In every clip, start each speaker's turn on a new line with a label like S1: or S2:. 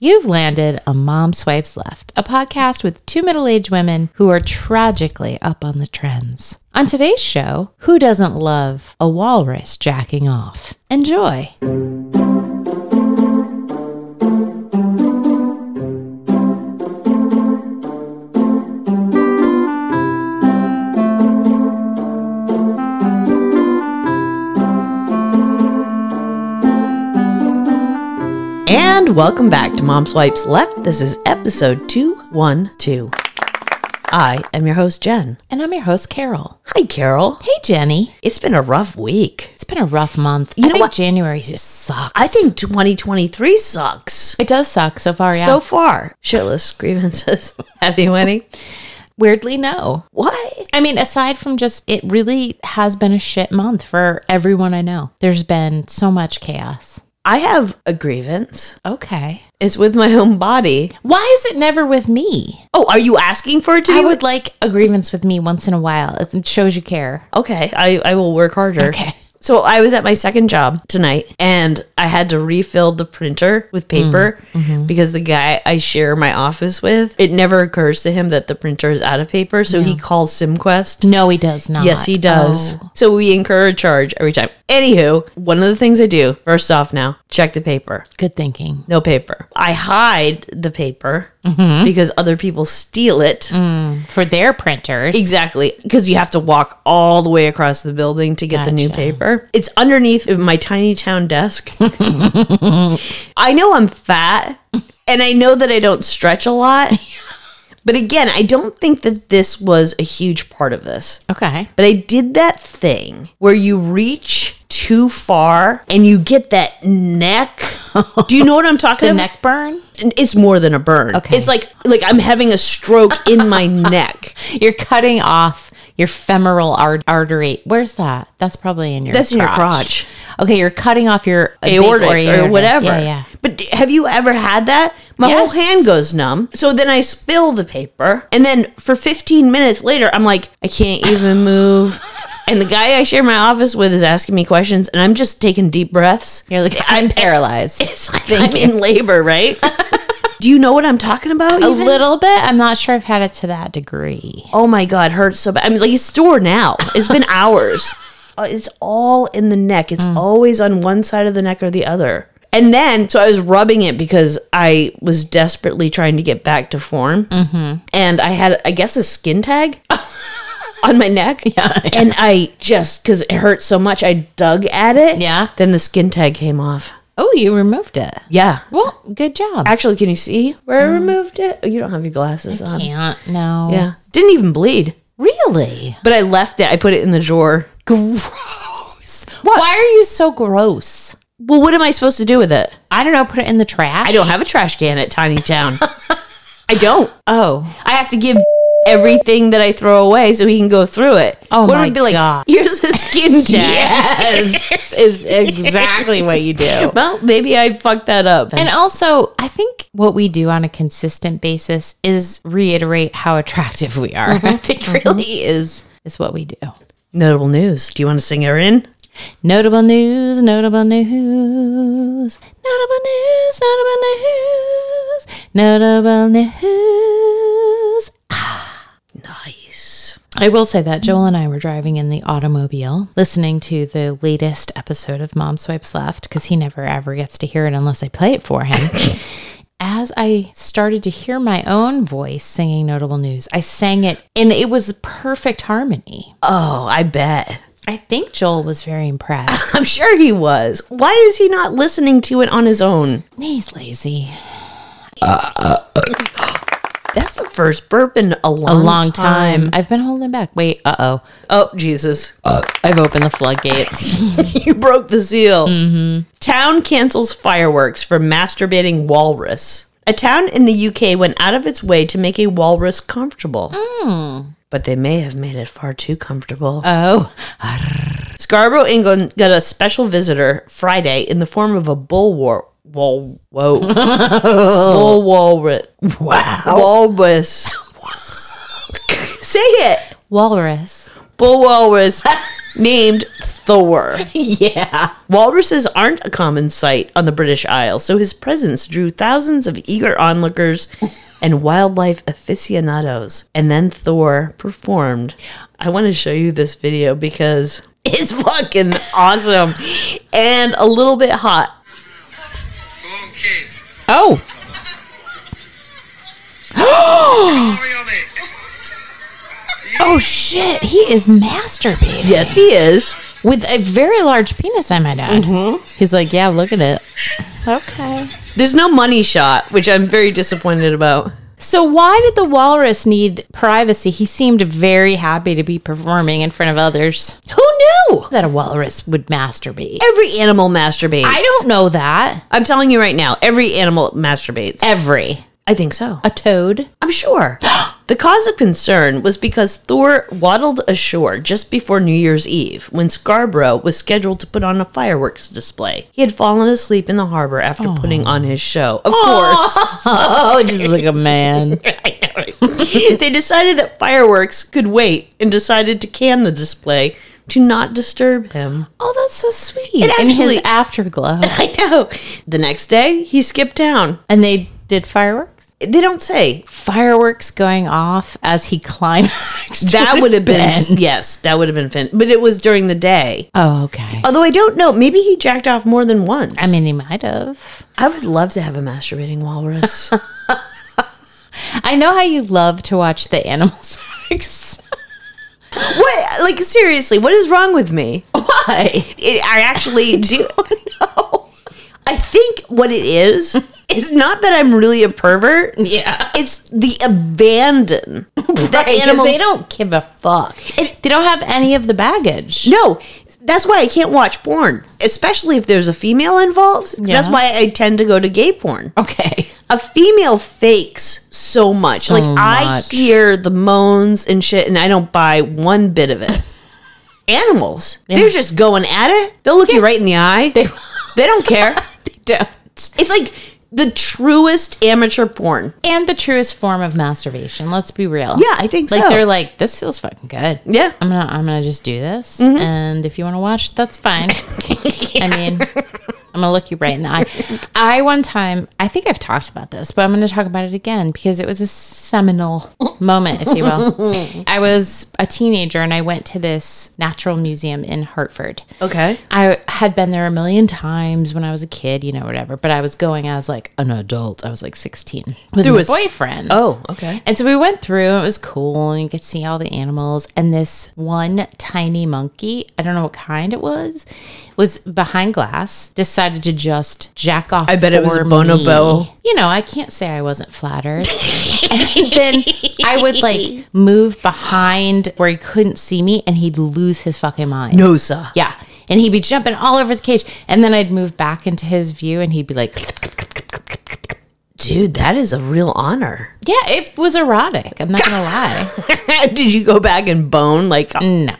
S1: You've landed a Mom Swipes Left, a podcast with two middle aged women who are tragically up on the trends. On today's show, who doesn't love a walrus jacking off? Enjoy.
S2: And welcome back to Mom Swipes Left. This is episode 212. I am your host, Jen.
S1: And I'm your host, Carol.
S2: Hi, Carol.
S1: Hey, Jenny.
S2: It's been a rough week.
S1: It's been a rough month.
S2: You
S1: I
S2: know
S1: think
S2: what?
S1: January just sucks.
S2: I think 2023 sucks.
S1: it does suck so far. Oh, Yeah.
S2: So far, shitless grievances. Have you any?
S1: weirdly, no.
S2: What?
S1: I mean, aside from just, it really has been a shit month for everyone I know. There's been so much chaos.
S2: I have a grievance.
S1: Okay.
S2: It's with my own body.
S1: Why is it never with me?
S2: Oh, are you asking for it to
S1: I
S2: be?
S1: would like a grievance with me once in a while. It shows you care.
S2: okay, I, I will work harder.
S1: Okay.
S2: So I was at my second job tonight and I had to refill the printer with paper because the guy I share my office with, it never occurs to him that the printer is out of paper. So he calls SimQuest.
S1: No, he does not.
S2: Yes, he does.
S1: Oh.
S2: So we incur a charge every time. Anywho, one of the things I do, first off now, check the paper.
S1: Good thinking.
S2: No paper. I hide the paper because other people steal it.
S1: For their printers.
S2: Exactly, because you have to walk all the way across the building to get the new paper. It's underneath my tiny town desk. I know I'm fat and I know that I don't stretch a lot. But again, I don't think that this was a huge part of this.
S1: okay.
S2: But I did that thing where you reach too far and you get that neck. Do you know what I'm talking
S1: The
S2: about?
S1: neck burn?
S2: It's more than a burn.
S1: Okay.
S2: It's like like I'm having a stroke in my neck.
S1: You're cutting off your femoral ar- artery. Where's that? That's probably in your
S2: That's in your crotch.
S1: Okay, you're cutting off your uh, big
S2: aortic or,
S1: aorta.
S2: whatever.
S1: Yeah, yeah.
S2: But d- have you ever had that? My
S1: Yes.
S2: whole hand goes numb. So then I spill the paper, and then for 15 minutes later, I'm like, I can't even move. and the guy I share my office with is asking me questions, and I'm just taking deep breaths.
S1: You're like, I'm paralyzed.
S2: It's like I'm in labor, right? Do you know what I'm talking about?
S1: A
S2: even?
S1: little bit. I'm not sure I've had it to that degree.
S2: Oh my god, hurts so bad. I mean, like it's sore now. It's been hours. Uh, It's all in the neck. It's always on one side of the neck or the other. And then, so I was rubbing it because I was desperately trying to get back to form, mm-hmm. and I had, I guess, a skin tag on my neck. Yeah, and I just because it hurt so much, I dug at it.
S1: Yeah.
S2: Then the skin tag came off.
S1: Oh, you removed it.
S2: Yeah.
S1: Well, good job.
S2: Actually, can you see where I removed it? Oh, you don't have your glasses on.
S1: can't. No.
S2: Yeah. Didn't even bleed.
S1: Really?
S2: But I left it. I put it in the drawer.
S1: Gross. Why are you so gross?
S2: Well, what am I supposed to do with it?
S1: I don't know. Put it in the trash.
S2: I don't have a trash can at Tiny Town. I don't.
S1: Oh,
S2: I have to give everything that I throw away so he can go through it.
S1: Oh
S2: what
S1: my
S2: would be like,
S1: God.
S2: here's a skin tag.
S1: yes, is exactly what you do.
S2: Well, maybe I fucked that up.
S1: And also, I think what we do on a consistent basis is reiterate how attractive we are. I think really is is what we do.
S2: Notable news. Do you want to sing her in?
S1: Notable news, notable news, notable news, notable news, notable news. Ah,
S2: Nice.
S1: I will say that Joel and I were driving in the automobile, listening to the latest episode of Mom Swipes Left, because he never ever gets to hear it unless I play it for him. As I started to hear my own voice singing Notable News, I sang it and it was perfect harmony.
S2: Oh, I bet.
S1: I think Joel was very impressed.
S2: I'm sure he was. Why is he not listening to it on his own?
S1: He's lazy.
S2: That's the first burp in a long,
S1: A long time. I've been holding back. Wait, uh oh.
S2: Oh, Jesus.
S1: I've opened the floodgates.
S2: You broke the seal. Town cancels fireworks for masturbating walrus. A town in the UK went out of its way to make a walrus comfortable. But they may have made it far too comfortable.
S1: oh.
S2: Scarborough, England got a special visitor Friday in the form of a bull war. Whoa, whoa. bull walrus. Wow. Walrus. Say it.
S1: Walrus.
S2: Bull walrus named Thor.
S1: yeah.
S2: Walruses aren't a common sight on the British Isles, so his presence drew thousands of eager onlookers and wildlife aficionados. And then Thor performed. I want to show you this video because it's fucking awesome and a little bit hot.
S3: Come on, kids.
S1: Oh.
S3: Carry on it.
S1: Oh shit, he is masturbating
S2: Yes, he is.
S1: with a very large penis, I might add. He's like, yeah, look at it. Mm-hmm. Okay.
S2: There's no money shot, which I'm very disappointed about.
S1: So why did the walrus need privacy? He seemed very happy to be performing in front of others.
S2: Who knew?
S1: That a walrus would masturbate.
S2: Every animal masturbates.
S1: I don't know that.
S2: I'm telling you right now, every animal masturbates.
S1: Eh. Every.
S2: I think so.
S1: A toad?
S2: I'm sure. the cause of concern was because Thor waddled ashore just before New Year's Eve when Scarborough was scheduled to put on a fireworks display. He had fallen asleep in the harbor after putting on his show. Of
S1: Oh, just like a man.
S2: course. they decided that fireworks could wait and decided to can the display to not disturb him.
S1: Oh, that's so sweet. In his
S2: actually-
S1: afterglow.
S2: I know. The next day, he skipped town.
S1: And they did fireworks?
S2: They don't say.
S1: Fireworks going off as he climaxed.
S2: That would have been,
S1: been-
S2: yes, that would have been fin- but it was during the day.
S1: Oh, okay.
S2: Although I don't know, maybe he jacked off more than once.
S1: I mean, he might have.
S2: I would love to have a masturbating walrus.
S1: I know how you love to watch the animal sex.
S2: what? Like seriously, what is wrong with me?
S1: Why?
S2: It, I actually do.
S1: Oh,
S2: No. I think what it is is not that I'm really a pervert.
S1: Yeah.
S2: It's the abandon that
S1: Animals. They
S2: animals.
S1: don't give a fuck. they don't have any of the baggage.
S2: No, that's why I can't watch porn, especially if there's a female involved. That's
S1: Yeah.
S2: why I tend to go to gay porn.
S1: Okay.
S2: a female fakes so much. like I
S1: much.
S2: hear the moans and shit, and I don't buy one bit of it. Animals, they're just going at it. They'll look you right in the eye. They,
S1: They,
S2: don't care.
S1: they don't.
S2: it's like the truest amateur porn.
S1: And the truest form of masturbation. Let's be real.
S2: Yeah, I think
S1: Like
S2: so.
S1: they're like, this feels fucking good.
S2: yeah. Mm-hmm.
S1: I'm gonna I'm gonna just do this, and if you want to watch, that's fine. I mean, I'm gonna look you right in the eye. I one time, I think I've talked about this, but I'm gonna talk about it again because it was a seminal moment, if you will. I was a teenager and I went to this natural museum in Hartford.
S2: Okay.
S1: I had been there a million times when I was a kid, you know, whatever. But I was going as like an adult. I was like 16 with
S2: Through
S1: my
S2: a s-
S1: boyfriend.
S2: Oh, okay.
S1: And so we went through, and it was cool, and you could see all the animals. And this one tiny monkey, I don't know what kind it was, was behind glass, decided to just jack off. I
S2: bet it was a bonobo.
S1: You know, I can't say I wasn't flattered. and then I would like move behind where he couldn't see me, and he'd lose his fucking mind.
S2: No, sir.
S1: Yeah. And he'd be jumping all over the cage. And then I'd move back into his view, and he'd be like,
S2: Dude, that is a real honor.
S1: yeah, it was erotic. I'm not going to lie.
S2: Did you go back and bone? Like,
S1: No.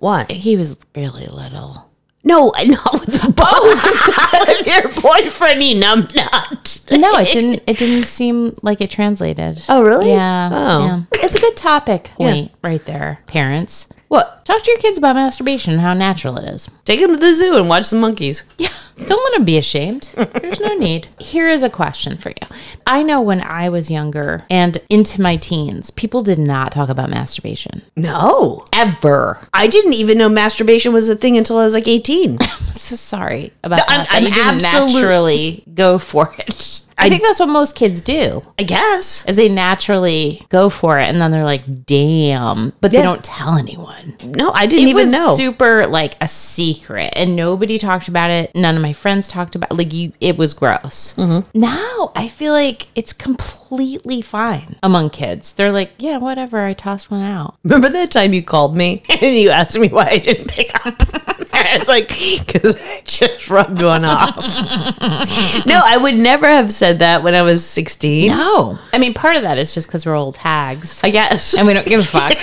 S2: why?
S1: He was really little.
S2: No, not with
S1: Oh.
S2: the bone. with your boyfriend, you numbnut.
S1: No, it didn't. It didn't seem like it translated.
S2: Oh, really?
S1: Yeah.
S2: Oh.
S1: yeah. It's a good topic point right there, parents.
S2: What?
S1: Talk to your kids about masturbation and how natural it is.
S2: Take him to the zoo and watch some monkeys.
S1: Yeah. Don't let them be ashamed. There's no need. Here is a question for you. I know when I was younger and into my teens, people did not talk about masturbation
S2: No.
S1: ever.
S2: I didn't even know masturbation was a thing until I was like 18.
S1: I'm so sorry about
S2: I'm-
S1: that. that
S2: I'm
S1: you didn't
S2: absolute-
S1: naturally go for it. I
S2: I-
S1: think that's what most kids do.
S2: I guess.
S1: as they naturally go for it and then they're like damn but they
S2: Yeah.
S1: don't tell anyone
S2: No, I didn't
S1: it
S2: even
S1: was
S2: know.
S1: super like a secret and nobody talked about it none of my friends talked about like you it was gross now i feel like it's completely fine among kids they're like yeah whatever i tossed one out
S2: Remember that time you called me and you asked me why I didn't pick up? I was like, because I just rubbed one off. no, I would never have said that when I was 16.
S1: no i mean part of that is just because we're old hags
S2: I guess.
S1: and we don't give a fuck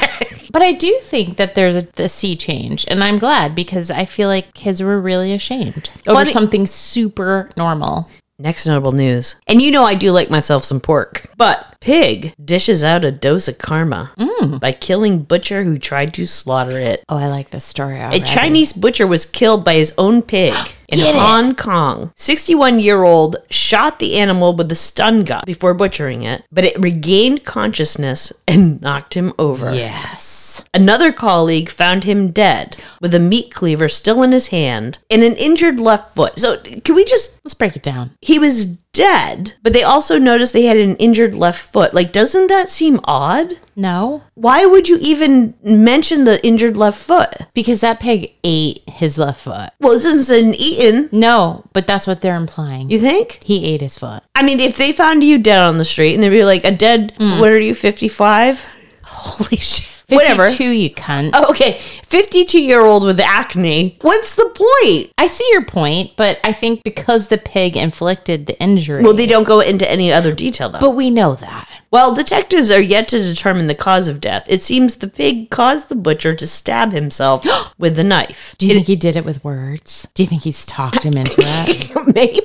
S1: But I do think that there's a, a sea change, and I'm glad because I feel like kids were really ashamed over
S2: Funny-
S1: something super normal.
S2: Next notable news. And you know I do like myself some pork. But pig dishes out a dose of karma by killing butcher who tried to slaughter it.
S1: Oh, I like this story.
S2: A
S1: Already.
S2: Chinese butcher was killed by his own pig in
S1: Get it.
S2: Hong Kong. 61 year old shot the animal with a stun gun before butchering it, but it regained consciousness and knocked him over.
S1: Yes.
S2: Another colleague found him dead with a meat cleaver still in his hand and an injured left foot. So, can we just.
S1: Let's break it down.
S2: He was dead, but they also noticed they had an injured left foot. Like, doesn't that seem odd?
S1: No,
S2: Why would you even mention the injured left foot?
S1: because that pig ate his left foot.
S2: Well, it doesn't say an eaten.
S1: No, but that's what they're implying.
S2: You think?
S1: he ate his foot.
S2: I mean, if they found you dead on the street and they'd be like, a dead, what are you, 55?
S1: Mm. Holy shit.
S2: Whatever. Oh,
S1: 52, you cunt.
S2: Okay, 52 year old with acne. What's the point?
S1: I see your point, but I think because the pig inflicted the injury.
S2: Well, they don't go into any other detail, though.
S1: but we know that.
S2: While detectives are yet to determine the cause of death, it seems the pig caused the butcher to stab himself with the knife.
S1: Do you think he did it with words? Do you think he's talked him into it?
S2: Maybe.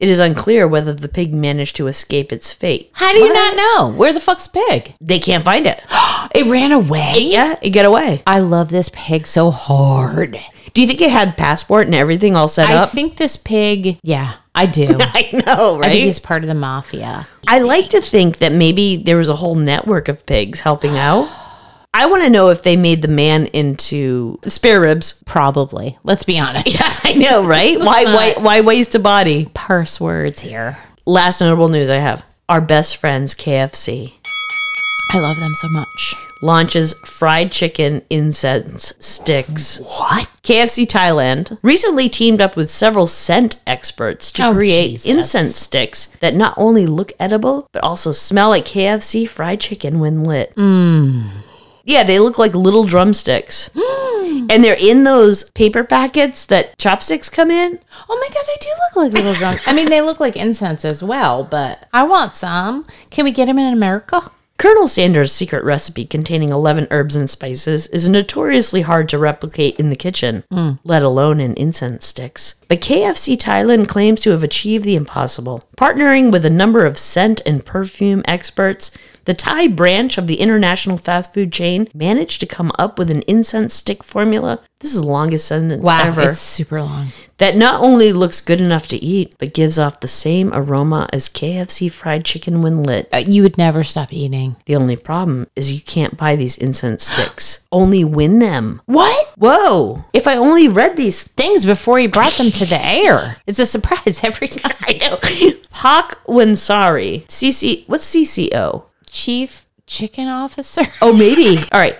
S2: It is unclear whether the pig managed to escape its fate.
S1: How do you not know? Where the fuck's pig?
S2: They can't find it.
S1: It ran away.
S2: yeah, it got away.
S1: I love this pig so hard.
S2: Do you think it had passport and everything all set
S1: I
S2: up?
S1: think this pig, yeah, I do.
S2: I know, right?
S1: I think he's part of the mafia.
S2: I like to think that maybe there was a whole network of pigs helping out. I want to know if they made the man into spare ribs.
S1: Probably. Let's be honest.
S2: I know, right? why, why, why waste a body?
S1: Parse words here.
S2: Last notable news I have: our best friends KFC
S1: I love them so much.
S2: launches fried chicken incense sticks. What? KFC Thailand recently teamed up with several scent experts to
S1: Oh,
S2: create
S1: Jesus.
S2: incense sticks that not only look edible but also smell like KFC fried chicken when lit.
S1: Hmm.
S2: Yeah, they look like little drumsticks. and they're in those paper packets that chopsticks come in.
S1: Oh my god, they do look like little drums. I mean, they look like incense as well, but I want some. Can we get them in America?
S2: Colonel Sanders' secret recipe containing 11 herbs and spices is notoriously hard to replicate in the kitchen, let alone in incense sticks. But KFC Thailand claims to have achieved the impossible. Partnering with a number of scent and perfume experts, the Thai branch of the international fast food chain managed to come up with an incense stick formula. This is the longest sentence ever.
S1: it's super long.
S2: That not only looks good enough to eat, but gives off the same aroma as KFC fried chicken when lit.
S1: Uh, you would never stop eating.
S2: The only problem is you can't buy these incense sticks. only win them.
S1: What?
S2: Whoa! If I only read these,
S1: Things before you brought them to the air. It's a surprise every time. I know.
S2: Pak Winsari, CC, what's CCO?
S1: Chief chicken officer.
S2: Oh, maybe. All right.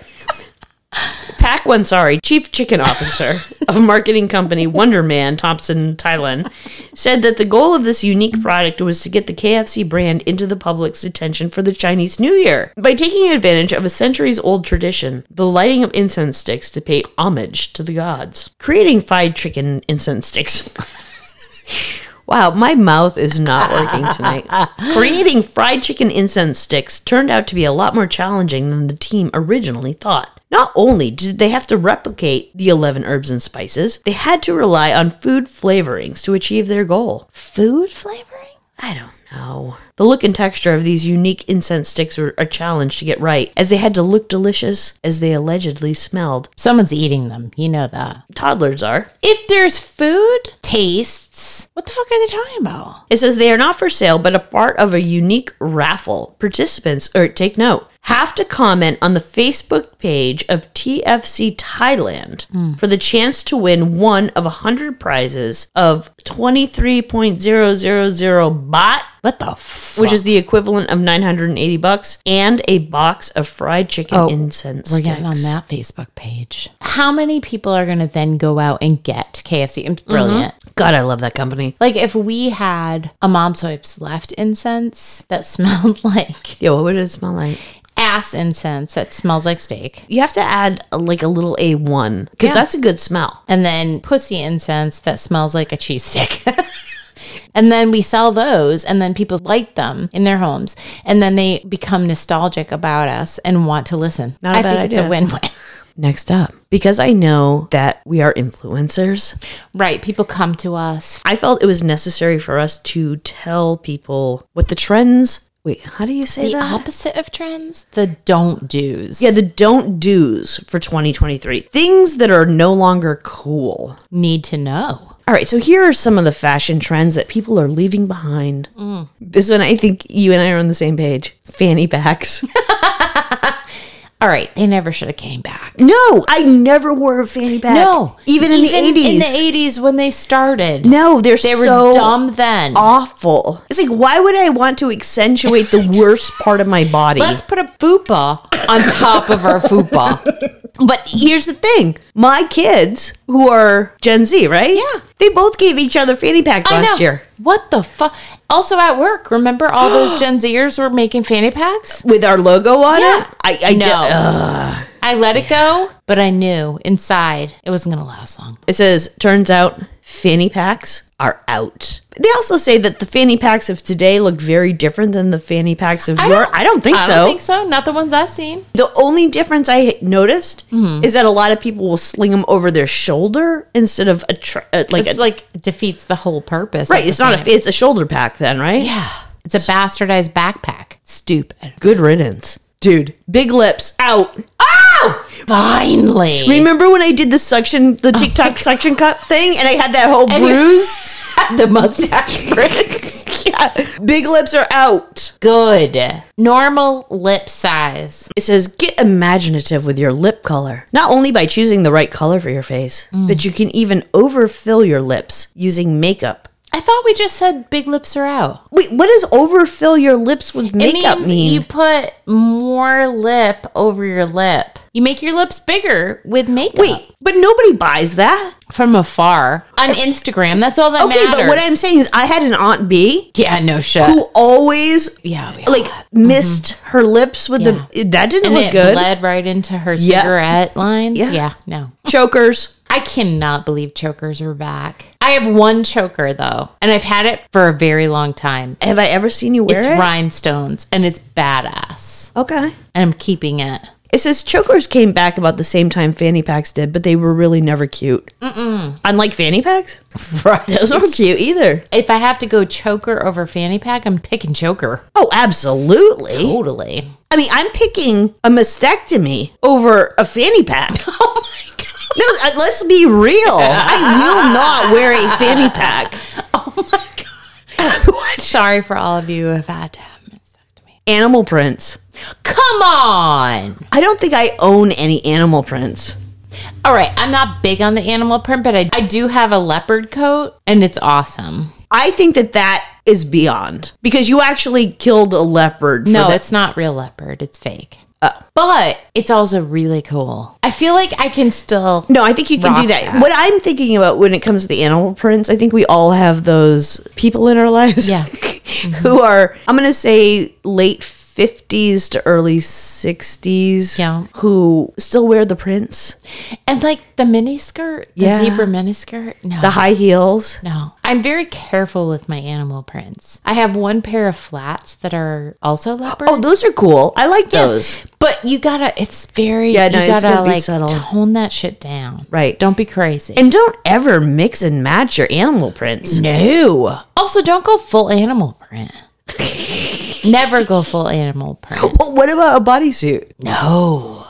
S2: Pak Wansari, chief chicken officer of marketing company Wonder Man Thompson, Thailand, said that the goal of this unique product was to get the KFC brand into the public's attention for the Chinese New Year by taking advantage of a centuries old tradition, the lighting of incense sticks to pay homage to the gods. Creating fried chicken incense sticks. Wow, my mouth is not working tonight. Creating fried chicken incense sticks turned out to be a lot more challenging than the team originally thought. Not only did they have to replicate the 11 herbs and spices, they had to rely on food flavorings to achieve their goal.
S1: Food flavoring?
S2: I don't know. The look and texture of these unique incense sticks were a challenge to get right, as they had to look delicious as they allegedly smelled.
S1: Someone's eating them. You know that.
S2: Toddlers are.
S1: If there's food tastes, what the fuck are they talking about?
S2: It says they are not for sale, but a part of a unique raffle. Participants, or take note, have to comment on the Facebook page of TFC Thailand for the chance to win one of 100 prizes of 23.000 baht,
S1: What the fuck?
S2: which is the equivalent of 980 bucks, and a box of fried chicken
S1: Oh,
S2: incense
S1: We're getting on
S2: sticks.
S1: that Facebook page. How many people are going to then go out and get KFC? It's Mm-hmm. brilliant.
S2: God, I love that company.
S1: Like if we had a mom swipes left incense that smelled like
S2: Yo, what would it smell like?
S1: ass incense that smells like steak,
S2: You have to add uh, like a little A1 because
S1: Yeah.
S2: that's a good smell.
S1: and then pussy incense that smells like a cheese stick. And then we sell those, and then people light them in their homes, and then they become nostalgic about us and want to listen.
S2: Not a
S1: I
S2: bad
S1: think it's a
S2: idea.
S1: win-win.
S2: next up? Because I know that we are influencers.
S1: Right. People come to us.
S2: I felt it was necessary for us to tell people what the trends. Wait, how do you
S1: The
S2: say that?
S1: opposite of trends, the don't do's.
S2: yeah, the don't do's for 2023. Things that are no longer cool.
S1: need to know.
S2: All right, so here are some of the fashion trends that people are leaving behind.
S1: Mm.
S2: This one, I think you and I are on the same page. Fanny packs.
S1: All right. They never should have came back.
S2: no, I never wore a fanny pack.
S1: No.
S2: even in the 80s.
S1: In the 80s when they started.
S2: no, they're
S1: They were
S2: so
S1: dumb then.
S2: awful. It's like, why would I want to accentuate the worst part of my body?
S1: Let's put a fupa on top of our fupa.
S2: But here's the thing my kids, who are Gen Z, right?
S1: Yeah.
S2: They both gave each other fanny packs
S1: I
S2: last
S1: know.
S2: year
S1: What the fuck? Also at work, remember all those Gen Zers were making fanny packs?
S2: with our logo on
S1: Yeah.
S2: it. I, I
S1: No.
S2: d- ugh.
S1: I let it go, but I knew inside it wasn't going to last long.
S2: It says, turns out fanny packs are out. They also say that the fanny packs of today look very different than the fanny packs of your. I don't think
S1: I
S2: so.
S1: don't think so. Not the ones I've seen.
S2: The only difference I noticed is that a lot of people will sling them over their shoulder instead of a tr- uh, like
S1: It's
S2: a,
S1: like defeats the whole purpose. of
S2: right.
S1: the
S2: It's not a
S1: fanny-
S2: fa- it's a shoulder pack then, right?
S1: Yeah. It's a bastardized backpack. Stupid.
S2: Good riddance, dude. Big lips out.
S1: Oh! Finally.
S2: Remember when I did the suction, the TikTok suction cut thing, and I had that whole
S1: Oh And you-
S2: bruise?
S1: the mustache
S2: yeah. Big lips are out.
S1: Good. Normal lip size.
S2: It says get imaginative with your lip color, not only by choosing the right color for your face,
S1: Mm.
S2: but you can even overfill your lips using makeup.
S1: I thought we just said big lips are out.
S2: Wait, what does overfill your lips with makeup
S1: it means
S2: mean?
S1: you put more lip over your lip. You make your lips bigger with makeup.
S2: Wait, but nobody buys that.
S1: from afar on Instagram. That's all that
S2: Okay,
S1: matters.
S2: but what I'm saying is, I had an aunt B
S1: yeah, no shit.
S2: who always
S1: yeah, we all
S2: like
S1: had-
S2: missed her lips with the that didn't
S1: Mm-hmm. and
S2: look
S1: it
S2: good.
S1: bled right into her
S2: Yeah.
S1: cigarette lines.
S2: Yeah.
S1: Yeah. no,
S2: Chokers.
S1: I cannot believe chokers are back. I have one choker though, and I've had it for a very long time.
S2: Have I ever seen you wear
S1: It's
S2: it?
S1: rhinestones, and it's badass,
S2: Okay.
S1: and I'm keeping it.
S2: It says chokers came back about the same time fanny packs did, but they were really never cute. Mm-mm. Unlike fanny packs, right? Those aren't cute either.
S1: If I have to go choker over fanny pack, I'm picking choker.
S2: Oh, absolutely.
S1: Totally.
S2: I mean, I'm picking a mastectomy over a fanny pack.
S1: Oh my god.
S2: No, uh, let's be real. I will not wear a fanny pack.
S1: Oh Sorry for all of you who have had to have mastectomy.
S2: Animal prints.
S1: Come on.
S2: I don't think I own any animal prints.
S1: All right, I'm not big on the animal print, but I, I do have a leopard coat, and it's awesome.
S2: I think that that is beyond because you actually killed a leopard. For
S1: No,
S2: that.
S1: it's not real leopard; it's fake. But it's also really cool. I feel like I can still.
S2: No, I think you can
S1: Rock
S2: do that.
S1: that.
S2: What I'm thinking about when it comes to the animal prints, I think we all have those people in our lives.
S1: Yeah. Mm-hmm.
S2: who are, I'm going to say late 50s to early 60s.
S1: Yeah.
S2: Who still wear the prints,
S1: And like the mini skirt, the
S2: Yeah.
S1: zebra mini skirt. No,
S2: the high heels.
S1: no. I'm very careful with my animal prints. I have one pair of flats that are also leopard.
S2: Oh, those are cool. I like those.
S1: But you gotta, it's very,
S2: Yeah,
S1: yeah,
S2: no,
S1: you
S2: it's
S1: gotta
S2: gotta be
S1: like
S2: subtle.
S1: tone that shit down.
S2: Right.
S1: Don't be crazy.
S2: And don't ever mix and match your animal prints.
S1: no. Also, don't go full animal print. Never go full animal print.
S2: Well, what about a bodysuit?
S1: No.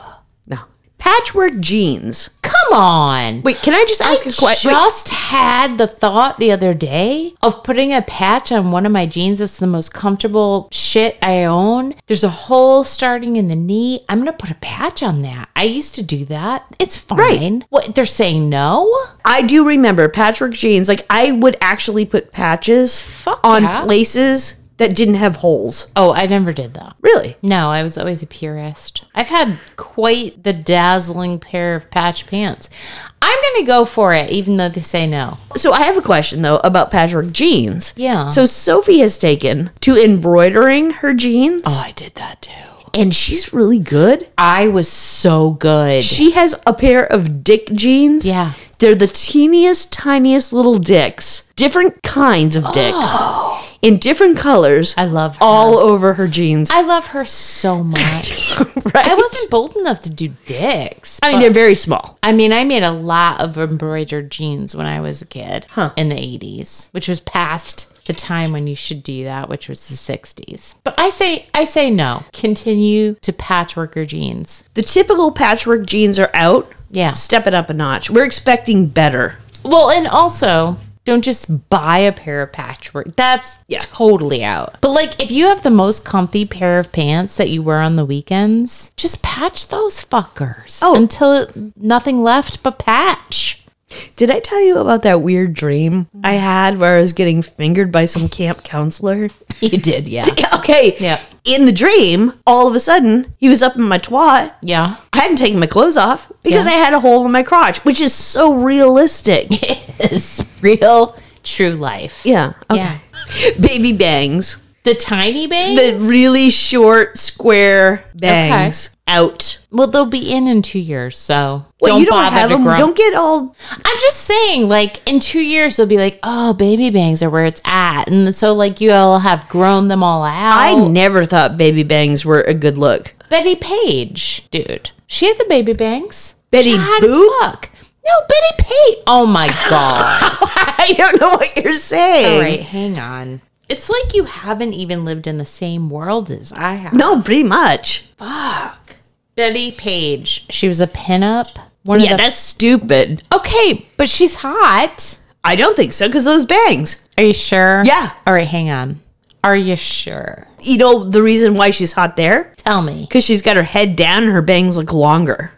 S2: No. Patchwork jeans.
S1: Come on.
S2: Wait, can I just ask a
S1: I
S2: question?
S1: just had the thought the other day of putting a patch on one of my jeans that's the most comfortable shit I own. There's a hole starting in the knee. I'm gonna put a patch on that. I used to do that. It's fine. What they're saying no?
S2: I do remember patchwork jeans. Like I would actually put patches
S1: Fuck
S2: on
S1: yeah.
S2: places that didn't have holes.
S1: Oh, I never did that.
S2: Really?
S1: No, I was always a purist. I've had quite the dazzling pair of patch pants. I'm going to go for it, even though they say no.
S2: So I have a question though about patchwork jeans.
S1: Yeah.
S2: So Sophie has taken to embroidering her jeans,
S1: Oh, I did that too.
S2: and she's really good.
S1: I was so good.
S2: She has a pair of dick jeans.
S1: Yeah.
S2: They're the teeniest, tiniest little dicks. Different kinds of dicks. in different colors
S1: Oh. I love her.
S2: all over her jeans.
S1: I love her so much.
S2: right?
S1: I wasn't bold enough to do dicks.
S2: I mean, they're very small.
S1: I mean, I made a lot of embroidered jeans when I was a kid in the 80s, which was past the time when you should do that, which was the 60s. But I say I say no. Continue to patchwork your jeans.
S2: The typical patchwork jeans are out.
S1: Yeah.
S2: Step it up a notch. We're expecting better.
S1: Well, and also don't just buy a pair of patchwork. That's
S2: Yeah.
S1: totally out. But like if you have the most comfy pair of pants that you wear on the weekends, just patch those fuckers
S2: Oh.
S1: until it, nothing left but patch.
S2: Did I tell you about that weird dream I had where I was getting fingered by some camp counselor?
S1: You did, yeah.
S2: okay.
S1: Yeah.
S2: In the dream, all of a sudden, he was up in my twat.
S1: yeah.
S2: I hadn't taken my clothes off because
S1: Yeah.
S2: I had a hole in my crotch, which is so realistic.
S1: is real true life.
S2: yeah. Okay.
S1: Yeah.
S2: Baby bangs.
S1: The tiny bangs?
S2: The really short, square bangs out.
S1: well, they'll be in in two years, so
S2: Well, you don't
S1: bother
S2: have
S1: to
S2: them.
S1: grow.
S2: Don't get all.
S1: I'm just saying, like in two years, they'll be like, oh, baby bangs are where it's at, and so like you all have grown them all out.
S2: I never thought baby bangs were a good look.
S1: Betty Page, dude, she had the baby bangs.
S2: Betty
S1: Bad
S2: Boop?
S1: fuck. No, Betty Page. Oh my god.
S2: I don't know what you're saying.
S1: all right, hang on. It's like you haven't even lived in the same world as I have.
S2: No, pretty much.
S1: Fuck. Betty Page. She was a pinup. One
S2: Yeah,
S1: of the-
S2: that's stupid.
S1: okay, but she's hot.
S2: I don't think so because those bangs.
S1: Are you sure?
S2: Yeah.
S1: All right, hang on. Are you sure?
S2: You know the reason why she's hot there?
S1: Tell me.
S2: Because she's got her head down and her bangs look longer.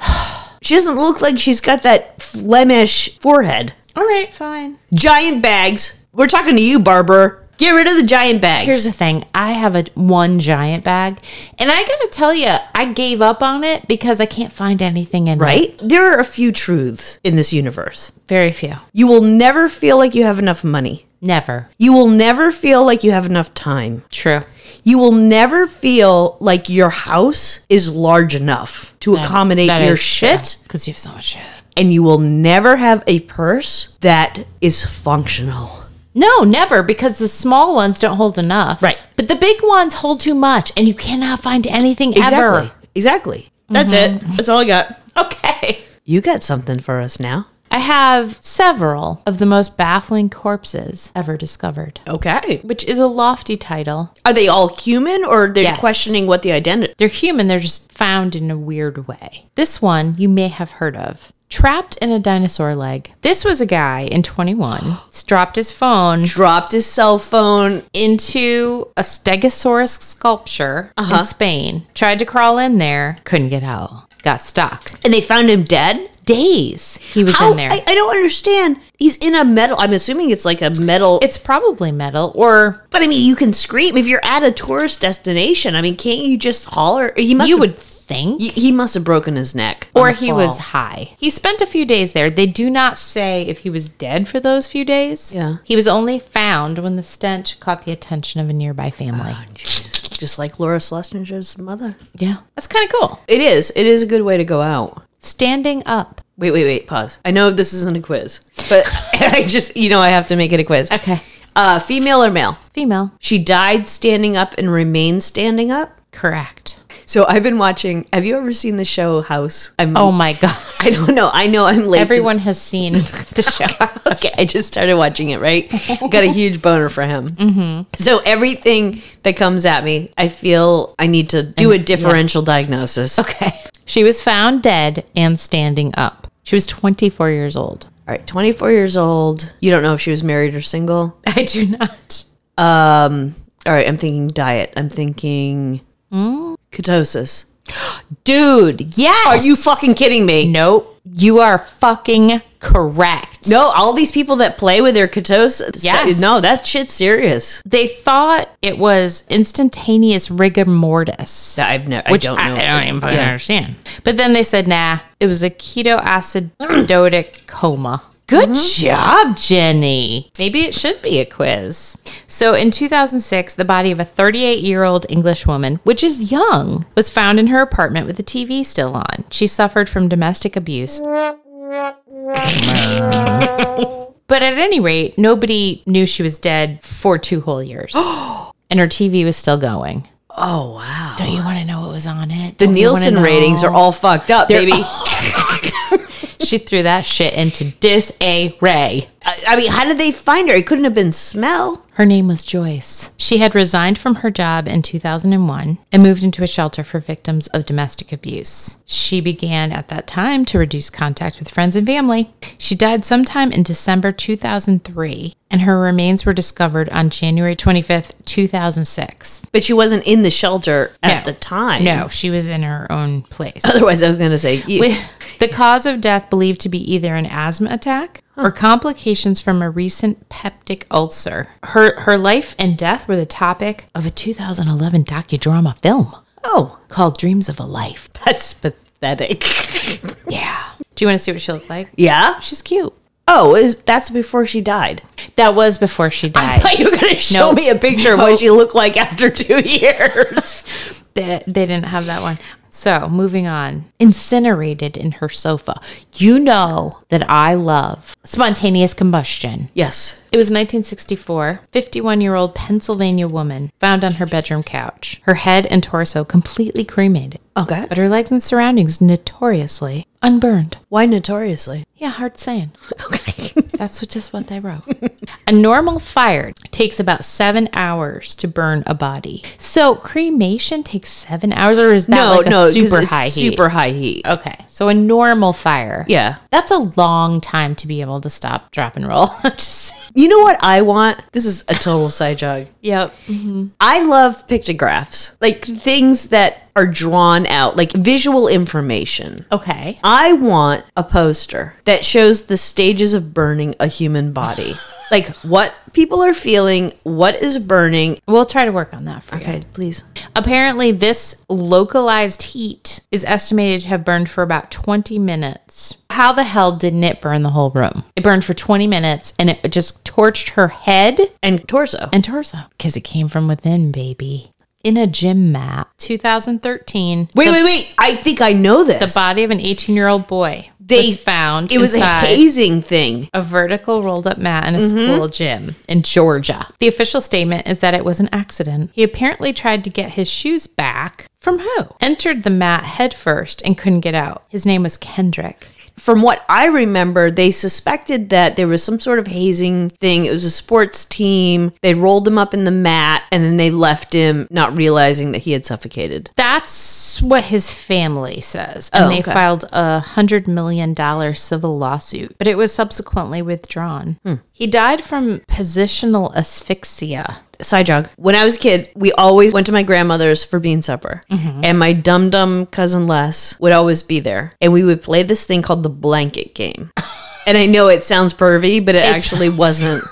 S2: she doesn't look like she's got that Flemish forehead.
S1: All right, fine.
S2: Giant bags. We're talking to you, Barber. Get rid of the giant bags.
S1: Here's the thing. I have a one giant bag, and I gotta tell you, I gave up on it because I can't find anything in it.
S2: right? There are a few truths in this universe.
S1: Very few.
S2: You will never feel like you have enough money.
S1: Never.
S2: You will never feel like you have enough time.
S1: True.
S2: You will never feel like your house is large enough to accommodate your shit,
S1: because you have so much shit.
S2: and you will never have a purse that is functional.
S1: No, never, because the small ones don't hold enough.
S2: Right.
S1: But the big ones hold too much, and you cannot find anything
S2: Exactly.
S1: ever. Mm-hmm.
S2: Exactly. That's it. That's all I got. Oh,
S1: Okay.
S2: You got something for us now.
S1: I have several of the most baffling corpses ever discovered,
S2: Okay.
S1: which is a lofty title.
S2: Are they all human or they're
S1: Yes.
S2: questioning what the identity?
S1: They're human, they're just found in a weird way. This one you may have heard of. Trapped in a dinosaur leg. This was a guy in 21, dropped his phone
S2: Dropped his cell phone.
S1: into a stegosaurus sculpture
S2: Uh-huh.
S1: in Spain, tried to crawl in there, couldn't get out, got stuck.
S2: And they found him dead?
S1: Days he was
S2: How?
S1: in there.
S2: I, I don't understand. He's in a metal. I'm assuming it's like a metal.
S1: it's probably metal or
S2: but I mean, you can scream if you're at a tourist destination. I mean, can't you just holler? He must.
S1: you
S2: have,
S1: would think.
S2: He, he must have broken his neck. on
S1: or
S2: the
S1: he
S2: fall.
S1: was high. He spent a few days there. They do not say if he was dead for those few days.
S2: Yeah.
S1: He was only found when the stench caught the attention of a nearby family.
S2: Ah, Jeez. just like Laura Schlesinger's mother.
S1: yeah. That's kind of cool.
S2: It is. It is a good way to go out.
S1: Standing up.
S2: Wait, wait, wait. Pause. I know this isn't a quiz, but I just, you know, I have to make it a quiz.
S1: Okay.
S2: Uh, female or male?
S1: Female.
S2: She died standing up and remains standing up.
S1: Correct.
S2: So I've been watching. Have you ever seen the show House? I'm.
S1: Oh my God.
S2: I don't know. I know I'm late. to-
S1: Everyone has seen the show.
S2: Okay, I just started watching it. Right, got a huge boner for him. Mm-hmm. So everything that comes at me, I feel I need to do a differential diagnosis. Okay.
S1: She was found dead and standing up. She was 24 years old.
S2: All right, 24 years old. You don't know if she was married or single.
S1: I do not.
S2: Um, all right, I'm thinking diet. I'm thinking
S1: Mm.
S2: ketosis.
S1: Dude, yes.
S2: Are you fucking kidding me?
S1: Nope. You are fucking correct.
S2: No, all these people that play with their ketosis.
S1: Yes.
S2: No, that shit's serious.
S1: They thought it was instantaneous rigor mortis,
S2: I've never. I
S1: which
S2: don't know.
S1: even
S2: Yeah.
S1: fucking understand. But then they said, nah, it was a ketoacidotic coma. Good job, Jenny. Maybe it should be a quiz. So in 2006, the body of a 38 year old English woman, which is young, was found in her apartment with the TV still on. She suffered from domestic abuse But at any rate, nobody knew she was dead for two whole years. and her TV was still going.
S2: Oh wow.
S1: Don't you want to know what was on it?
S2: The
S1: Don't you wanna
S2: Nielsen
S1: know?
S2: ratings are all fucked up, baby.
S1: She threw that shit into disarray.
S2: I, I mean, how did they find her? It couldn't have been smell.
S1: Her name was Joyce. She had resigned from her job in 2001 and moved into a shelter for victims of domestic abuse. She began at that time to reduce contact with friends and family. She died sometime in December 2003, and her remains were discovered on January 25th, 2006.
S2: But she wasn't in the shelter at
S1: No.
S2: the time.
S1: No, she was in her own place.
S2: Otherwise, I was going to say, you,
S1: With the cause of death believed to be either an asthma attack or complications from a recent peptic ulcer. Her her life and death were the topic of a 2011 docudrama film
S2: oh,
S1: called Dreams of a Life.
S2: that's pathetic.
S1: Yeah. Do you want to see what she looked like?
S2: Yeah.
S1: She's cute.
S2: Oh, is that's before she died.
S1: That was before she
S2: I
S1: died.
S2: thought you were going to show
S1: No.
S2: me a picture of what she looked like after two years.
S1: They, they didn't have that one. So, moving on. Incinerated in her sofa. You know that I love spontaneous combustion.
S2: yes.
S1: It was 1964. 51 year old Pennsylvania woman found on her bedroom couch, her head and torso completely cremated,
S2: Okay.
S1: but her legs and surroundings notoriously unburned.
S2: Why notoriously?
S1: Yeah, hard saying. That's what, just what they wrote. a normal fire takes about seven hours to burn a body. So cremation takes seven hours, or is that
S2: No,
S1: like a
S2: no,
S1: super high heat? Oh.
S2: Super high heat.
S1: Okay, so a normal fire.
S2: Yeah.
S1: That's a long time to be able to stop, drop, and roll. Just,
S2: You know what I want? This is a total side jog.
S1: yep.
S2: I love pictographs, like things that are drawn out, like visual information.
S1: Okay.
S2: I want a poster that shows the stages of burning a human body. like what people are feeling, what is burning.
S1: We'll try to work on that for you.
S2: please.
S1: Apparently, this localized heat is estimated to have burned for about 20 minutes. How the hell didn't it burn the whole room? It burned for 20 minutes and it just torched her head
S2: And torso.
S1: and torso because it came from within, baby. In a gym mat. 2013.
S2: Wait,
S1: the,
S2: wait, wait. I think I know this.
S1: The body of an 18 year old boy
S2: They-
S1: was found
S2: It was
S1: inside
S2: a hazing thing.
S1: a vertical rolled up mat in a
S2: Mm-hmm.
S1: school gym in Georgia. The official statement is that it was an accident. He apparently tried to get his shoes back from who? Entered the mat head first and couldn't get out. His name was Kendrick.
S2: From what I remember, they suspected that there was some sort of hazing thing. It was a sports team. They rolled him up in the mat and then they left him, not realizing that he had suffocated.
S1: That's what his family says. And
S2: Oh,
S1: they
S2: okay.
S1: filed a $100 million civil lawsuit, but it was subsequently withdrawn.
S2: Hmm.
S1: He died from positional asphyxia.
S2: side jog. When I was a kid, we always went to my grandmother's for bean supper,
S1: Mm-hmm.
S2: and my dum dum cousin Les would always be there, and we would play this thing called the blanket game. And I know it sounds pervy, but it, actually wasn't.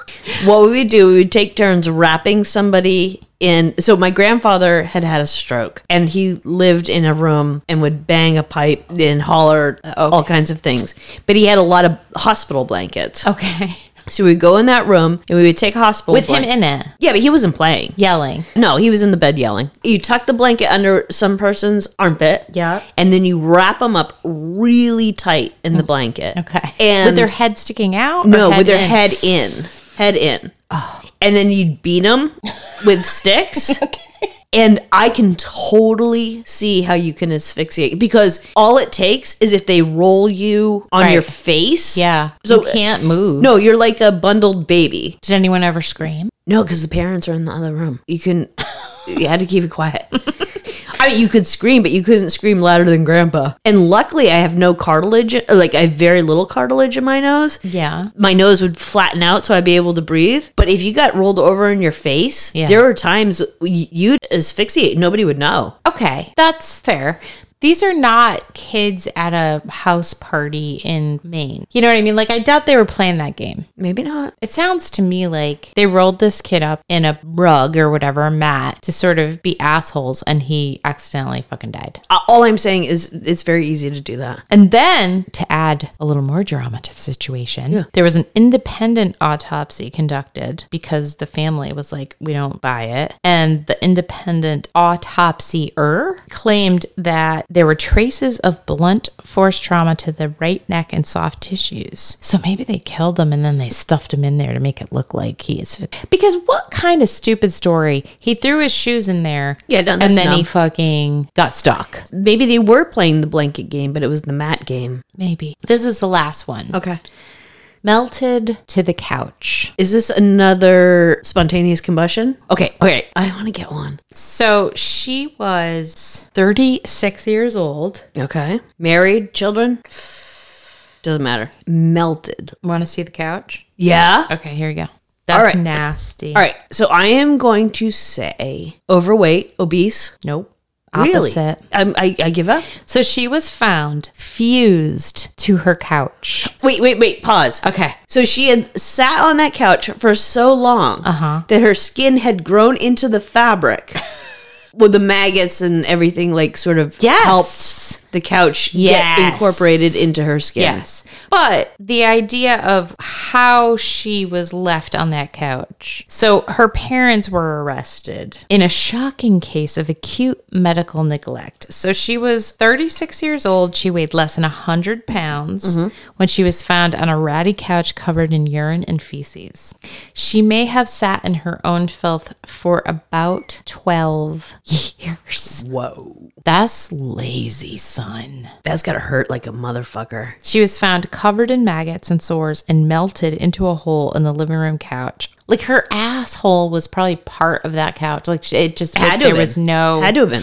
S2: What we would do, we would take turns wrapping somebody in. So my grandfather had had a stroke, and he lived in a room and would bang a pipe and holler
S1: Oh,
S2: all kinds of things. But he had a lot of hospital blankets,
S1: Okay.
S2: so we'd go in that room and we would take a hospital
S1: Oh. With him
S2: blanket.
S1: in it,
S2: yeah, but he wasn't playing.
S1: yelling.
S2: No, he was in the bed yelling. You tuck the blanket under some person's armpit.
S1: Yep.
S2: And then you wrap them up really tight in the blanket.
S1: Mm. Okay.
S2: And
S1: with their head sticking out? or
S2: no, with their
S1: in?
S2: head in, head in.
S1: Oh.
S2: And then you'd beat them with sticks. And I can totally see how you can asphyxiate because all it takes is if they roll you on your
S1: Right. uh,
S2: face.
S1: Yeah.
S2: So
S1: you can't move.
S2: No, you're like a bundled baby.
S1: Did anyone ever scream?
S2: No, because the parents are in the other room. You couldn't. you had to keep it quiet. I mean, you could scream, but you couldn't scream louder than Grandpa. And luckily, I have no cartilage. Like I have very little cartilage in my nose.
S1: Yeah.
S2: My nose would flatten out, so I'd be able to breathe. But if you got rolled over in your face,
S1: Yeah.
S2: there were times y- you'd asphyxiate. Nobody would know.
S1: Okay, that's fair. These are not kids at a house party in Maine. You know what I mean? Like, I doubt they were playing that game.
S2: Maybe not.
S1: It sounds to me like they rolled this kid up in a rug or whatever, a mat, to sort of be assholes, and he accidentally fucking died.
S2: Uh, All I'm saying is, it's very easy to do that.
S1: And then to add a little more drama to the situation, there was an independent autopsy conducted because the family was like, we don't buy it. And the independent autopsyer claimed that There were traces of blunt force trauma to the right neck and soft tissues. So maybe they killed him and then they stuffed him in there to make it look like he is. Because what kind of stupid story? He threw his shoes in there.
S2: Yeah, no,
S1: and
S2: that's
S1: then he
S2: dumb.
S1: fucking got stuck.
S2: Maybe they were playing the blanket game, but it was the mat game.
S1: Maybe. This is the last one.
S2: Okay.
S1: Melted to the couch.
S2: Is this another spontaneous combustion? Okay, okay. I want to get one.
S1: So she was 36 years old.
S2: Okay. Married, children? Doesn't matter. Melted.
S1: Want to see the couch?
S2: Yeah?
S1: Okay, here you go. That's
S2: right.
S1: nasty.
S2: All right. So I am going to say overweight, obese.
S1: Nope.
S2: Really?
S1: Opposite.
S2: I'm, I, I give up.
S1: So she was found fused to her couch.
S2: Wait, wait, wait. Pause.
S1: Okay.
S2: So she had sat on that couch for so long
S1: Uh-huh.
S2: that her skin had grown into the fabric. Well, the maggots and everything like sort of
S1: Yes.
S2: helped the couch
S1: Yes.
S2: get incorporated into her skin.
S1: Yes. But the idea of how she was left on that couch. So her parents were arrested in a shocking case of acute medical neglect. So she was 36 years old. She weighed less than 100 pounds
S2: Mm-hmm.
S1: when she was found on a ratty couch covered in urine and feces. She may have sat in her own filth for about 12 years.
S2: Whoa.
S1: That's lazy, son.
S2: That's gotta hurt like a motherfucker.
S1: She was found covered in maggots and sores and melted into a hole in the living room couch. Like her asshole was probably part of that couch. Like she- it just
S2: Had to
S1: there
S2: have
S1: was
S2: been.
S1: no
S2: Had to have been.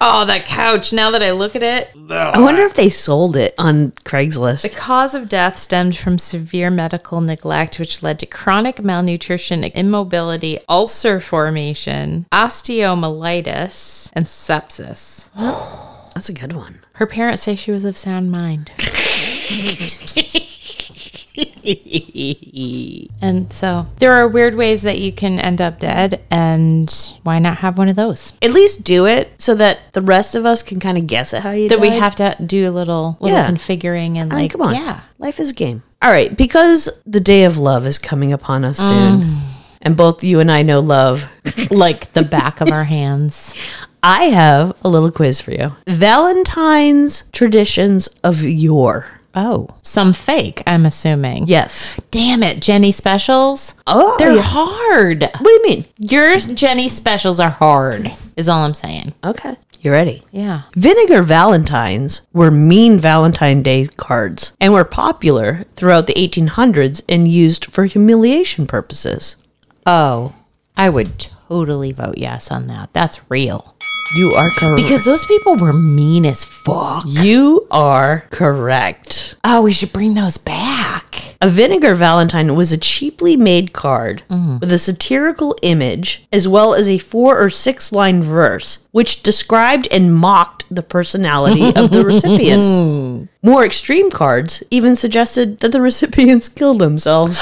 S1: oh that couch. Now that I look at it,
S2: I wonder if they sold it on Craigslist.
S1: The cause of death stemmed from severe medical neglect, which led to chronic malnutrition, immobility, ulcer formation, osteomyelitis, and sepsis.
S2: That's a good one.
S1: Her parents say she was of sound mind. and so there are weird ways that you can end up dead, and why not have one of those?
S2: At least do it so that the rest of us can kind of guess at how you
S1: That we
S2: died.
S1: have to do a little, little
S2: Yeah.
S1: configuring and
S2: I mean,
S1: like,
S2: come on.
S1: yeah.
S2: Life is a game. All right. Because the day of love is coming upon us soon, and both you and I know love,
S1: Like the back of our hands.
S2: I have a little quiz for you Valentine's traditions of yore.
S1: Oh, some fake, I'm assuming.
S2: Yes.
S1: Damn it, Jenny specials.
S2: Oh,
S1: They're
S2: yeah.
S1: hard.
S2: what do you mean?
S1: Your Jenny specials are hard, is all I'm saying.
S2: Okay. You ready?
S1: Yeah.
S2: Vinegar Valentines were mean Valentine Day cards and were popular throughout the 1800s and used for humiliation purposes.
S1: Oh, I would totally vote yes on that. That's real.
S2: You are correct.
S1: Because those people were mean as fuck.
S2: you are correct.
S1: Oh, we should bring those back.
S2: A vinegar valentine was a cheaply made card with a satirical image as well as a four or six line verse which described and mocked the personality of the recipient. More extreme cards even suggested that the recipients kill themselves.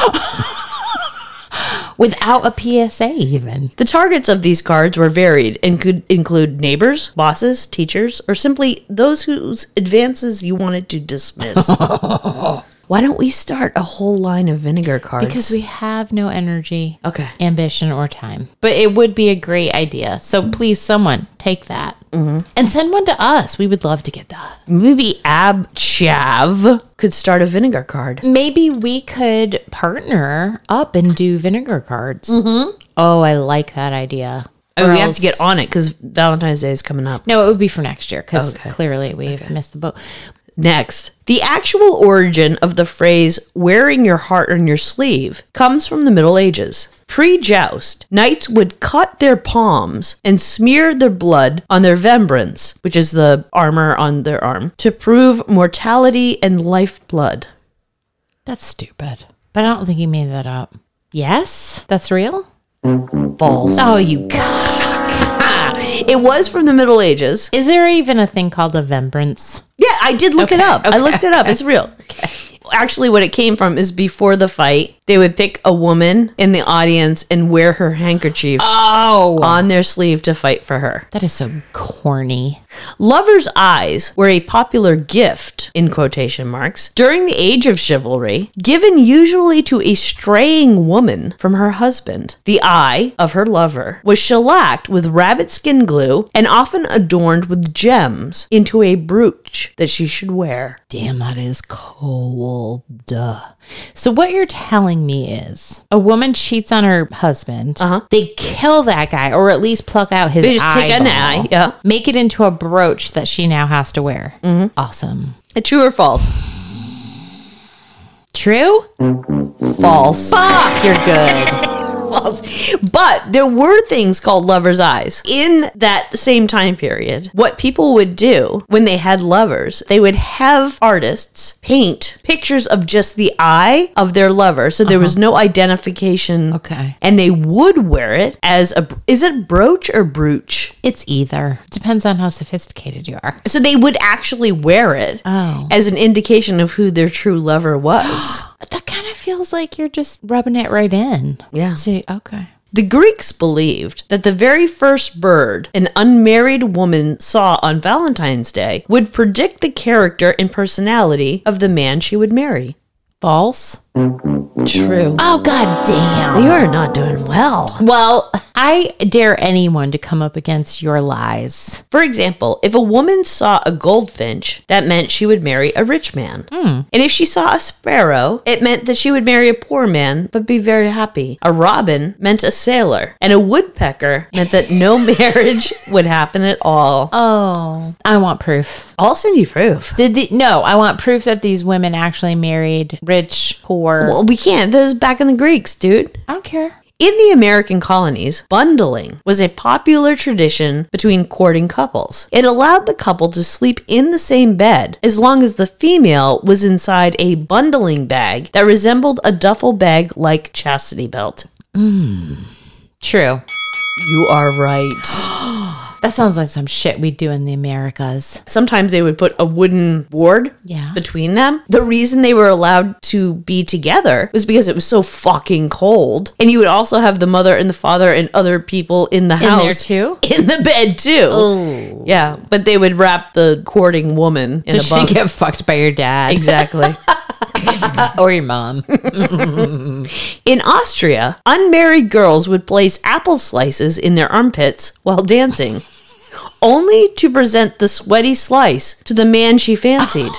S1: Without a PSA, even.
S2: the targets of these cards were varied and could include neighbors, bosses, teachers, or simply those whose advances you wanted to dismiss. Why don't we start a whole line of vinegar cards?
S1: Because we have no energy,
S2: Okay.
S1: ambition, or time. But it would be a great idea. So please, someone take that and send one to us. We would love to get that.
S2: Maybe Ab Chav could start a vinegar card.
S1: Maybe we could partner up and do vinegar cards. Mm-hmm. Oh, I like that idea.
S2: I mean,
S1: Or
S2: we have
S1: else-
S2: to get on it because Valentine's Day is coming up.
S1: No, it would be for next year because
S2: Okay.
S1: clearly we've missed the boat.
S2: Next, the actual origin of the phrase wearing your heart on your sleeve comes from the Middle Ages. Pre joust, knights would cut their palms and smear their blood on their membrance, which is the armor on their arm, to prove mortality and life blood.
S1: That's stupid. But I don't think he made that up. Yes, that's real.
S2: False.
S1: Oh, you. c-
S2: It was from the Middle Ages.
S1: Is there even a thing called a vembrance?
S2: Yeah, I did look it up. I looked it up. It's real. Actually, what it came from is before the fight, they would pick a woman in the audience and wear her handkerchief
S1: Oh.
S2: on their sleeve to fight for her.
S1: that is so corny.
S2: Lover's eyes were a popular gift, in quotation marks, during the age of chivalry, given usually to a straying woman from her husband. The eye of her lover was shellacked with rabbit skin glue and often adorned with gems into a brooch that she should wear.
S1: Damn, that is cold. Duh. So what you're telling me is a woman cheats on her husband. Uh-huh. They kill that guy, or at least pluck out his.
S2: They just take an
S1: eyeball,
S2: eye, yeah.
S1: Make it into a brooch that she now has to wear.
S2: Mm-hmm.
S1: Awesome.
S2: True or false?
S1: True.
S2: False.
S1: Fuck, you're good.
S2: false. But there were things called lovers' eyes. In that same time period, what people would do when they had lovers, they would have artists paint pictures of just the eye of their lover. So there was no identification.
S1: Uh-huh. Okay.
S2: And they would wear it as a, is it brooch or brooch?
S1: It's either. Depends on how sophisticated you are.
S2: So they would actually wear it
S1: Oh.
S2: as an indication of who their true lover was.
S1: That kind of feels like you're just rubbing it right in.
S2: Yeah.
S1: To- okay.
S2: The Greeks believed that the very first bird an unmarried woman saw on Valentine's Day would predict the character and personality of the man she would marry.
S1: False.
S2: True.
S1: Oh god damn.
S2: You are not doing well.
S1: Well, I dare anyone to come up against your lies.
S2: For example, if a woman saw a goldfinch, that meant she would marry a rich man. And if she saw a sparrow, it meant that she would marry a poor man but be very happy. A robin meant a sailor, and a woodpecker meant that no marriage would happen at all.
S1: Oh, I want proof.
S2: I'll send you proof.
S1: Did the, no, I want proof that these women actually married rich, poor.
S2: Well, we can't. This is back in the Greeks, dude.
S1: I don't care.
S2: In the American colonies, bundling was a popular tradition between courting couples. It allowed the couple to sleep in the same bed as long as the female was inside a bundling bag that resembled a duffel bag like chastity belt.
S1: True.
S2: You are right.
S1: That sounds like some shit we do in the Americas.
S2: Sometimes they would put a wooden board
S1: Yeah.
S2: between them. The reason they were allowed to be together was because it was so fucking cold. And you would also have the mother and the father and other people in the
S1: In
S2: house.
S1: there too?
S2: in the bed too. Yeah, but they would wrap the courting woman in
S1: Does
S2: a
S1: she
S2: bunk.
S1: get fucked by your dad
S2: exactly.
S1: or your mom?
S2: In Austria, unmarried girls would place apple slices in their armpits while dancing, only to present the sweaty slice to the man she fancied.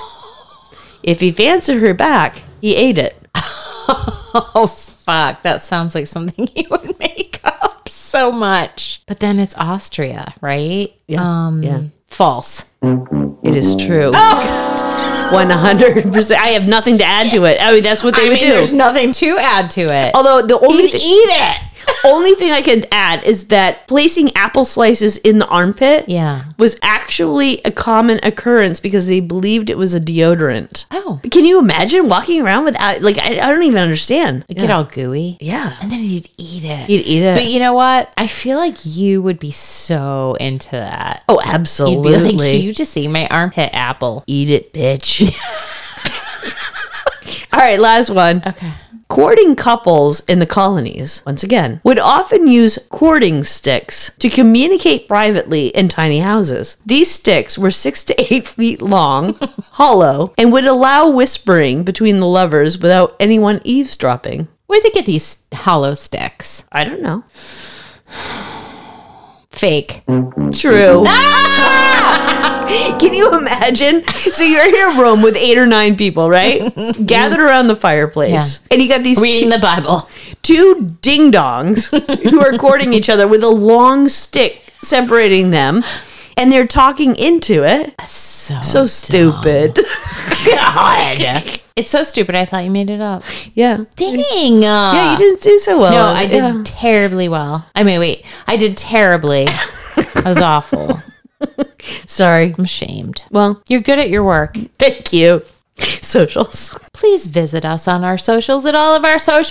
S2: if he fancied her back, he ate it.
S1: Oh, fuck. That sounds like something you would make up so much. But then it's Austria, right?
S2: Yeah,
S1: Um,
S2: yeah.
S1: False.
S2: It is true.
S1: Oh!
S2: One hundred percent. I have nothing to add to it. I mean, that's what they
S1: I
S2: would
S1: mean, there's
S2: do. Oh,
S1: nothing to add to it.
S2: Although the only
S1: He'd
S2: thi-
S1: eat it.
S2: only thing I can add is that placing apple slices in the armpit
S1: Yeah.
S2: was actually a common occurrence because they believed it was a deodorant.
S1: Oh,
S2: Can you imagine walking around without, like, I, I don't even understand.
S1: get all gooey.
S2: Yeah.
S1: And then you'd eat it.
S2: You'd eat it.
S1: But you know what? I feel like you would be so into that.
S2: oh,
S1: You'd be
S2: absolutely.
S1: like, you just ate my armpit apple.
S2: Eat it, bitch. All right, last one.
S1: Okay.
S2: Courting couples in the colonies, once again, would often use courting sticks to communicate privately in tiny houses. These sticks were six to eight feet long, hollow, and would allow whispering between the lovers without anyone eavesdropping.
S1: Where'd they get these hollow sticks?
S2: I don't know.
S1: Fake.
S2: Mm.
S1: Ah!
S2: True. Can you imagine? So you're in a room with eight or nine people, right? Gathered around the fireplace. And you got these
S1: Reading the Bible.
S2: two ding dongs who are courting each other with a long stick separating them, and they're talking into it.
S1: So,
S2: So stupid.
S1: God. it's so stupid. I thought you made it up.
S2: yeah.
S1: Dang.
S2: Yeah, you didn't do so well.
S1: No, I did
S2: Oh, Yeah.
S1: terribly well. I mean, wait. I did terribly. I was awful.
S2: Sorry.
S1: I'm ashamed.
S2: Well,
S1: You're good at your work.
S2: thank you. Socials.
S1: please visit us on our socials at all of our socials.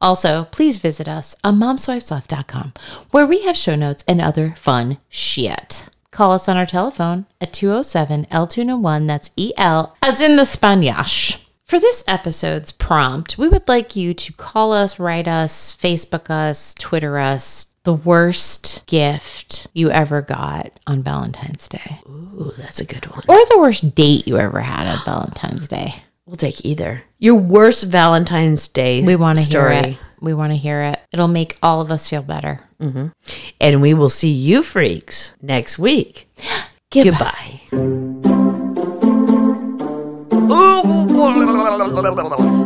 S1: Also, please visit us on momswipesleft.com where we have show notes and other fun shit. Call us on oh E our telephone at 207 L201, that's EL, as in the Spanish. For this episode's prompt, we would like you to call us, write us, Facebook us, Twitter us the worst gift you ever got on Valentine's Day
S2: Ooh, that's a good one.
S1: or the worst date you ever had on Valentine's Day.
S2: We'll take either. Your worst Valentine's Day
S1: We want to hear
S2: story.
S1: it. We want to hear it. It'll make all of us feel better.
S2: And we will see you freaks next week.
S1: Goodbye.
S2: Goodbye.
S3: Ooh.